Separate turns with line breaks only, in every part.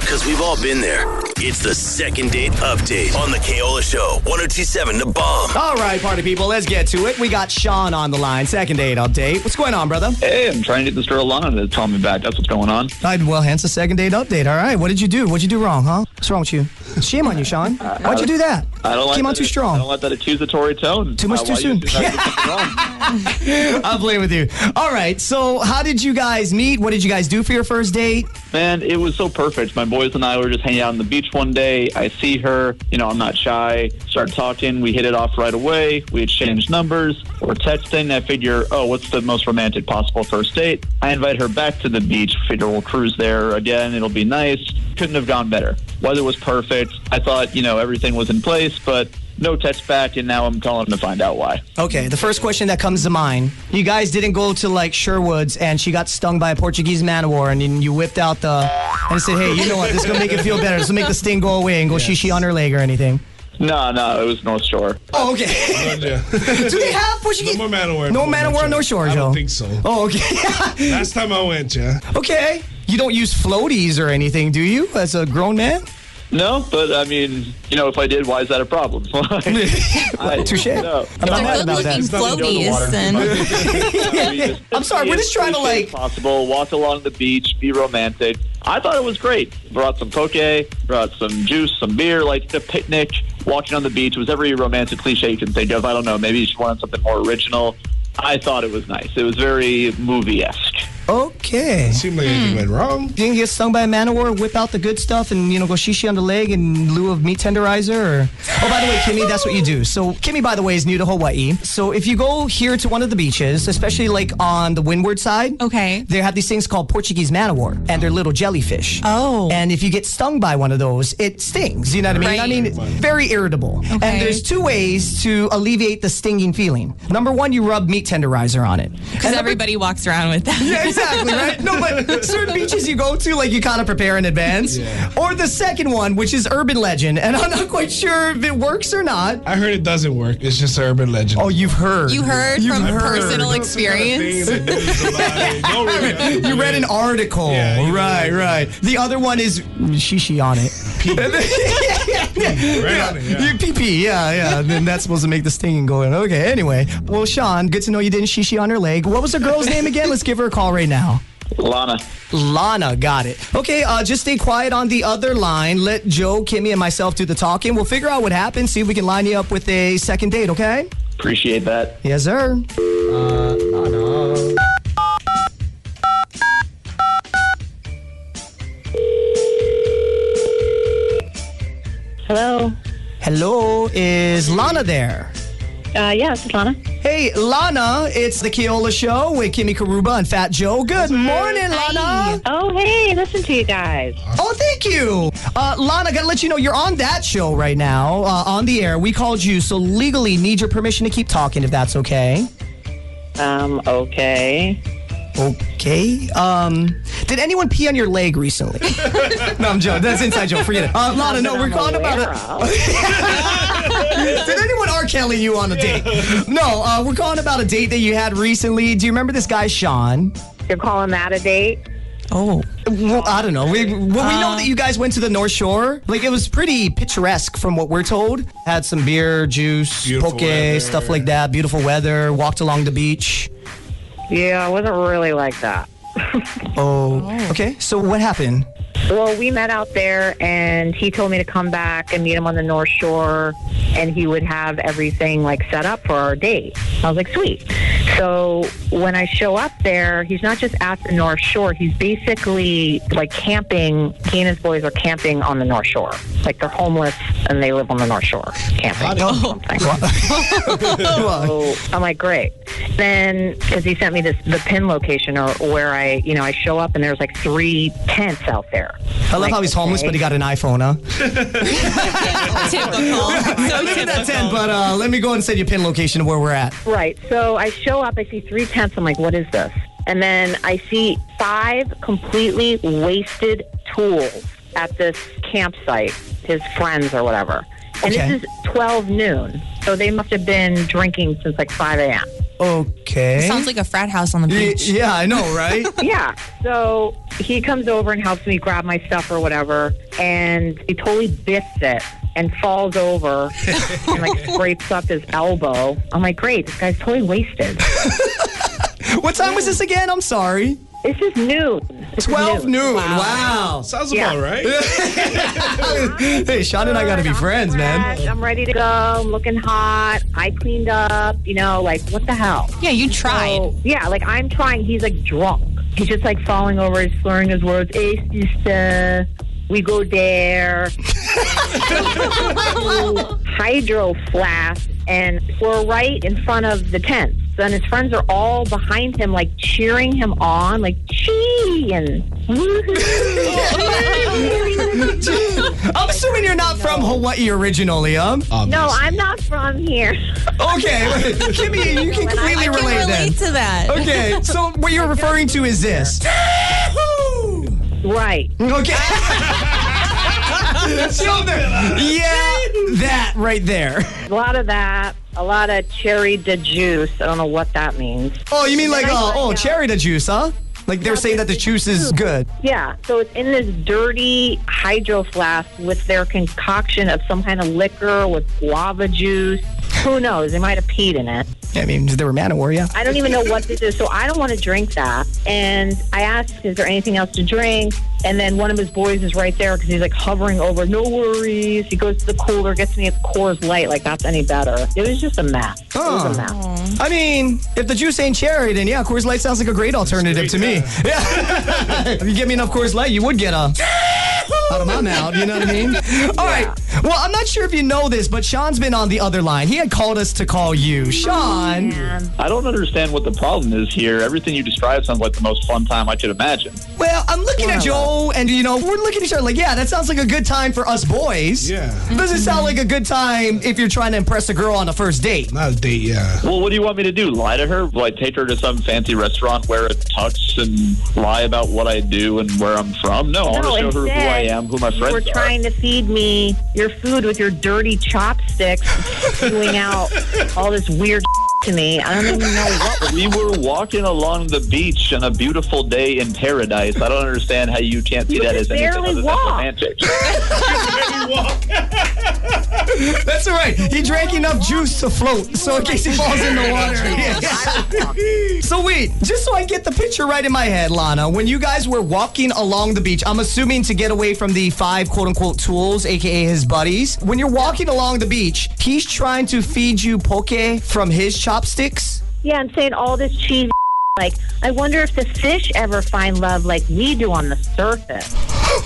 because we've all been there. It's the second date update on the Kaola Show, 1027 The Bomb.
All right, party people, let's get to it. We got Sean on the line. Second date update. What's going on, brother?
Hey, I'm trying to get this girl Lana to call me back. That's what's going on.
All right, well, hence the second date update. All right, what did you do? What'd you do wrong, huh? What's wrong with you? Shame on you, Sean. Why'd you do that?
Uh, I don't like
Came
that
on too
it- I don't
strong.
like that accusatory tone.
Too much
Uh,
too
why you
soon.
think I did something wrong?
I'm playing with you. All right, so how did you guys meet? What did you guys do for your first date?
Man, it was so perfect. My boys and I were just hanging out on the beach one day. I see her. You know, I'm not shy. Start talking. We hit it off right away. We exchanged numbers. We're texting. I figure, oh, what's the most romantic possible first date? I invite her back to the beach. Figure we'll cruise there again. It'll be nice. Couldn't have gone better. Weather was perfect. I thought, you know, everything was in place, but no text back, and now I'm calling to find out why.
Okay, the first question that comes to mind. You guys didn't go to like Sherwood's and she got stung by a Portuguese man o' war and then you whipped out the and said, Hey, you know what, this is gonna make it feel better. This will make the sting go away and go shishi on her leg or anything.
No, no, it was North Shore.
Oh, okay. Do they have Portuguese?
No more man of war.
No man of war, no shore,
I
Joe.
don't think so.
Oh, okay.
Last time I went, yeah.
okay. You don't use floaties or anything, do you, as a grown man?
No, but I mean, you know, if I did, why is that a problem? I-
Touche.
No.
I'm not
They're
mad
good
about
looking
that.
nothing to do with the
floaties.
water.
And
I'm sorry, we're just trying to, like-
If possible. Walk along the beach, be romantic. I thought it was great. Brought some poke, brought some juice, some beer, like the picnic, walking on the beach was every romantic cliche you can think of. I don't know. Maybe she wanted something more original. I thought it was nice. It was very movie esque.
Okay.
Seemed like anything went wrong.
Didn't get stung by a man of war, whip out the good stuff and, you know, go shishi on the leg in lieu of meat tenderizer? Or... Oh, by the way, Kimmy, that's what you do. So, Kimmy, by the way, is new to Hawaii. So, if you go here to one of the beaches, especially like on the windward side,
Okay.
they have these things called Portuguese man of war, and they're little jellyfish.
Oh.
And if you get stung by one of those, it stings. You know what I mean?
Right.
I mean, it's very irritable.
Okay.
And there's two ways to alleviate the stinging feeling. Number one, you rub meat tenderizer on it.
Because
And number
everybody walks around with that.
yeah, exactly, right? No, but certain beaches you go to, like you kind of prepare in advance.
Yeah.
Or the second one, which is urban legend, and I'm not quite sure if it works or not.
I heard it doesn't work. It's just an urban legend.
Oh, you've heard.
You heard from
I've heard.
personal
That's the kind of
experience.
thing that news about it. Don't really have to
You read an
believe.
article.
Yeah, you
right,
did.
right. The other one is shishi on it.
Right on it, yeah.
Your PP, yeah, yeah. And then that's supposed to make the stinging go in. Okay, anyway. Well, Sean, good to know you didn't shishi on her leg. What was the girl's name again? Let's give her a call right now.
Lana.
Lana got it. Okay, uh, just stay quiet on the other line. Let Joe, Kimmy, and myself do the talking. We'll figure out what happened, see if we can line you up with a second date, okay?
Appreciate that.
Yes, sir.
Hello.
Hello, is Lana there?
Uh, yeah, this is Lana.
Hey, Lana, it's the Keola Show with Kimmy Karuba and Fat Joe. Good morning, Lana.
Oh, hey, listen to you guys.
Oh, thank you. Uh, Lana, gotta let you know you're on that show right now, uh, on the air. We called you, so legally need your permission to keep talking if that's okay.
Um, okay.
Okay. Um, did anyone pee on your leg recently? no, I'm joking. That's inside joke. Forget it. Uh, Lana, no, we're calling about it. Did anyone R. Kelly you on a date? No, uh, we're calling about a date that you had recently. Do you remember this guy, Sean?
You're calling that a date?
Oh.
Well, I don't know. We, well, we know that you guys went to the North Shore. Like, it was pretty picturesque from what we're told. Had some beer, juice,
Beautiful
poke,
weather.
stuff like that. Beautiful weather. Walked along the beach.
Yeah, it wasn't really like that.
Oh, okay. So what happened?
Well, we met out there, and he told me to come back and meet him on the North Shore, and he would have everything like set up for our date. I was like, sweet. So when I show up there, he's not just at the North Shore; he's basically like camping. He and his boys are camping on the North Shore, like they're homeless and they live on the North Shore camping. or
Oh.
something. So I'm like, great. Then, because he sent me this the pin location or where I, you know, I show up and there's like three tents out there.
I love how he's homeless, but he got an iPhone, huh?
Typical.
I
So
live in that tent,
typical.
but uh, let me go and send you pin location of where we're at.
Right. So I show up, I see three tents. I'm like, what is this? And then I see five completely wasted tools at this campsite, his friends or whatever. And
Okay.
this is 12 noon. So they must have been drinking since like 5 a.m.
Okay.
Sounds like a frat house on the
Y-
beach.
yeah, I know, right?
yeah. So he comes over and helps me grab my stuff or whatever, and he totally biffs it and falls over and like scrapes up his elbow. I'm like, great, this guy's totally wasted.
What time was this again? I'm sorry.
This is noon. This is
12 noon. Wow.
Sounds
Yeah.
about right.
Hey, Sean and I got to be
I'm
friends, man.
fresh, I'm ready to go. I'm looking hot. I cleaned up. You know, like what the hell?
Yeah, you tried.
So, yeah, like I'm trying. He's like drunk. He's just like falling over. He's slurring his words. Hey, sister, we go there. Hydro flask, and we're right in front of the tent. And his friends are all behind him, like cheering him on, like chee and woohoo.
I'm assuming you're not from Hawaii originally, um.
Uh.
no, I'm not from here.
Okay, Kimmy, you can completely
I can
relate then.
relate to that.
Okay, so what you're referring to is this.
Right.
Okay. So there- yeah, that right there.
A lot of that. A lot of cherry de juice. I don't know what that means.
Oh, you mean like uh,
find
oh
out-
cherry the juice, huh? Like they're saying that the juice is good.
Yeah, so it's in this dirty hydro flask with their concoction of some kind of liquor with guava juice. Who knows? They might have peed in it.
I mean, they were man at war, yeah.
I don't even know what this is, so I don't want to drink that. And I asked, is there anything else to drink? And then one of his boys is right there because he's like hovering over. No worries. He goes to the cooler, gets me a Coors Light. Like that's any better? It was just a mess. It was a mess.
I mean, if the juice ain't cherry, then yeah, Coors Light sounds like a great alternative to me. Yeah. if you get me enough Coors Light, you would get a out of my mouth. You know what I mean? All right. Well, I'm not sure if you know this, but Sean's been on the other line. He had called us to call you, Sean.
I don't understand what the problem is here. Everything you describe sounds like the most fun time I could imagine.
Well, I'm looking at Joe, and you know, we're looking at each other like, yeah, that sounds like a good time for us boys.
Yeah.
Doesn't sound like a good time if you're trying to impress a girl on a first date.
Not a date, yeah.
Well, what do you want me to do? Lie to her? Like take her to some fancy restaurant, wear a tux, and lie about what I do and where I'm from? No, I
No,
want to show her who I
instead,
am, who my
You were
friends are.
trying to feed me your food with your dirty chopsticks, spewing out all this weird to me. I don't even know what.
We were walking along the beach on a beautiful day in paradise. I don't understand how you can't see
You
that
could
as anything
barely
other than
walk.
romantic.
That's all right. He drank enough juice to float, so in case he falls in the water. Yeah. So wait, just so I get the picture right in my head, Lana, when you guys were walking along the beach, I'm assuming to get away from the five quote unquote tools, aka his buddies. When you're walking along the beach, he's trying to feed you poke from his chopsticks.
Yeah, I'm saying all this cheese. Like, I wonder if the fish ever find love like we do on the surface.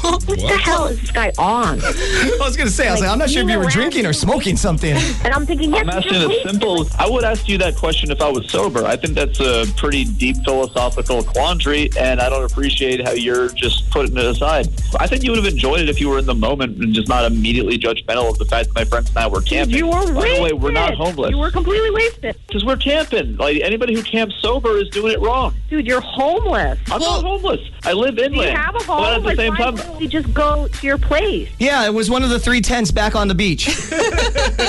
what, the hell is this guy on?
I was gonna say, I was like,
Like,
I'm not sure if
you
you were
were
drinking or smoking something.
And I'm thinking, yes,
I'm asking
you're
a
wasted.
simple. I would ask you that question if I was sober. I think that's a pretty deep philosophical quandary, and I don't appreciate how you're just putting it aside. I think you would have enjoyed it if you were in the moment and just not immediately judgmental of the fact that my friends and I were camping.
You were wasted.
By the way, we're not homeless
You were completely wasted,
because we're camping. Like anybody who camps sober is doing it wrong.
dude. You're homeless.
I'm not homeless. I live
Do you
inland.
have a home?
but at the
Like,
same
why
time,
wouldn't we just go to your place?
Yeah, it was one of the three tents back on the beach.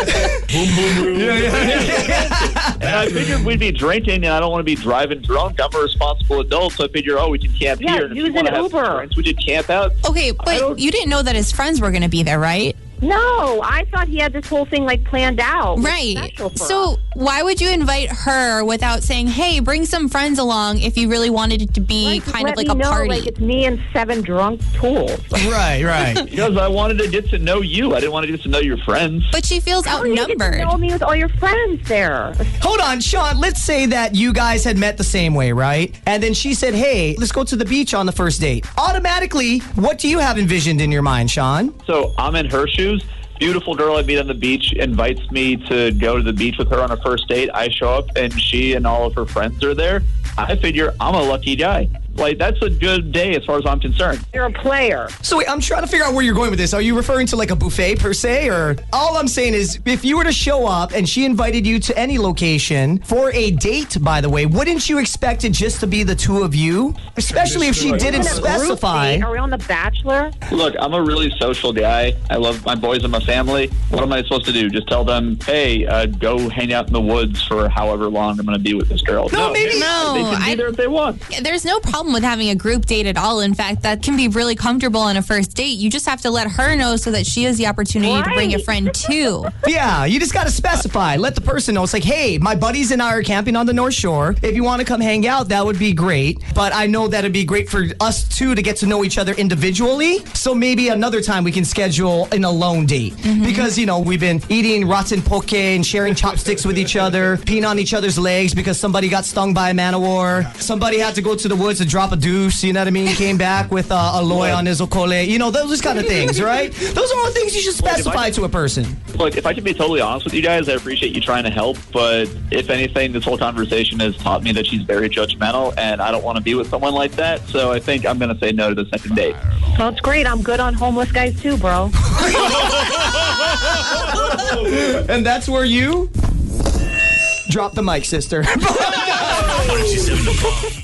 And I figured we'd be drinking, and I don't want to be driving drunk. I'm a responsible adult, so I figure, oh, we can camp
Yeah,
here. And if
use
we wanna
an
have
Uber.
some Drinks, we could camp out.
Okay, but
don't-
you didn't know that his friends were going to be there, right?
No, I thought he had this whole thing like planned out.
Right. So why would you invite her without saying, "Hey, bring some friends along"? If you really wanted it to be kind of like
me
a
know,
party.
Like it's me and seven drunk tools.
right, right.
Because I wanted to get to know you. I didn't want to get to know your friends.
but she feels outnumbered.
You know me with all your friends there.
Hold on, Sean. Let's say that you guys had met the same way, right? And then she said, "Hey, let's go to the beach on the first date." Automatically, what do you have envisioned in your mind, Sean?
So I'm in her shoes. Beautiful girl I meet on the beach invites me to go to the beach with her on a first date. I show up, and she and all of her friends are there. I figure I'm a lucky guy. Like, that's a good day as far as I'm concerned.
You're a player.
So wait, I'm trying to figure out where you're going with this. Are you referring to like a buffet per se, or all I'm saying is, if you were to show up and she invited you to any location for a date, by the way, wouldn't you expect it just to be the two of you? Especially if she didn't
On a group
specify.
date, Are we on The Bachelor?
Look, I'm a really social guy. I love my boys and my family. What am I supposed to do? Just tell them, hey, uh, go hang out in the woods for however long I'm going to be with this girl.
No, maybe-
They
No,
can be
I-
there if they want.
There's no problem problem with having a group date at all. In fact, that can be really comfortable on a first date. You just have to let her know so that she has the opportunity to bring a
Right.
friend too.
Yeah, you just got to specify. Let the person know. It's like, hey, my buddies and I are camping on the North Shore. If you want to come hang out, that would be great. But I know that'd be great for us two to get to know each other individually. So maybe another time we can schedule an alone date because you know we've been eating rotten poke and sharing chopsticks with each other, peeing on each other's legs because somebody got stung by a man of war. Somebody had to go to the woods to drop a deuce. You know what I mean? Came back with uh, a loy on his okole. You know those kind of things, right? Those are all things you should
if I-
specify to a person.
Look, if I can be totally honest with you guys, I appreciate you trying to help, but if anything, this whole conversation has taught me that she's very judgmental, and I don't want to be with someone like that. So I think I'm going to say no to the second date.
Well, it's great. I'm good on homeless guys too, bro.
And that's where you drop the mic, sister.
1027 The Bomb.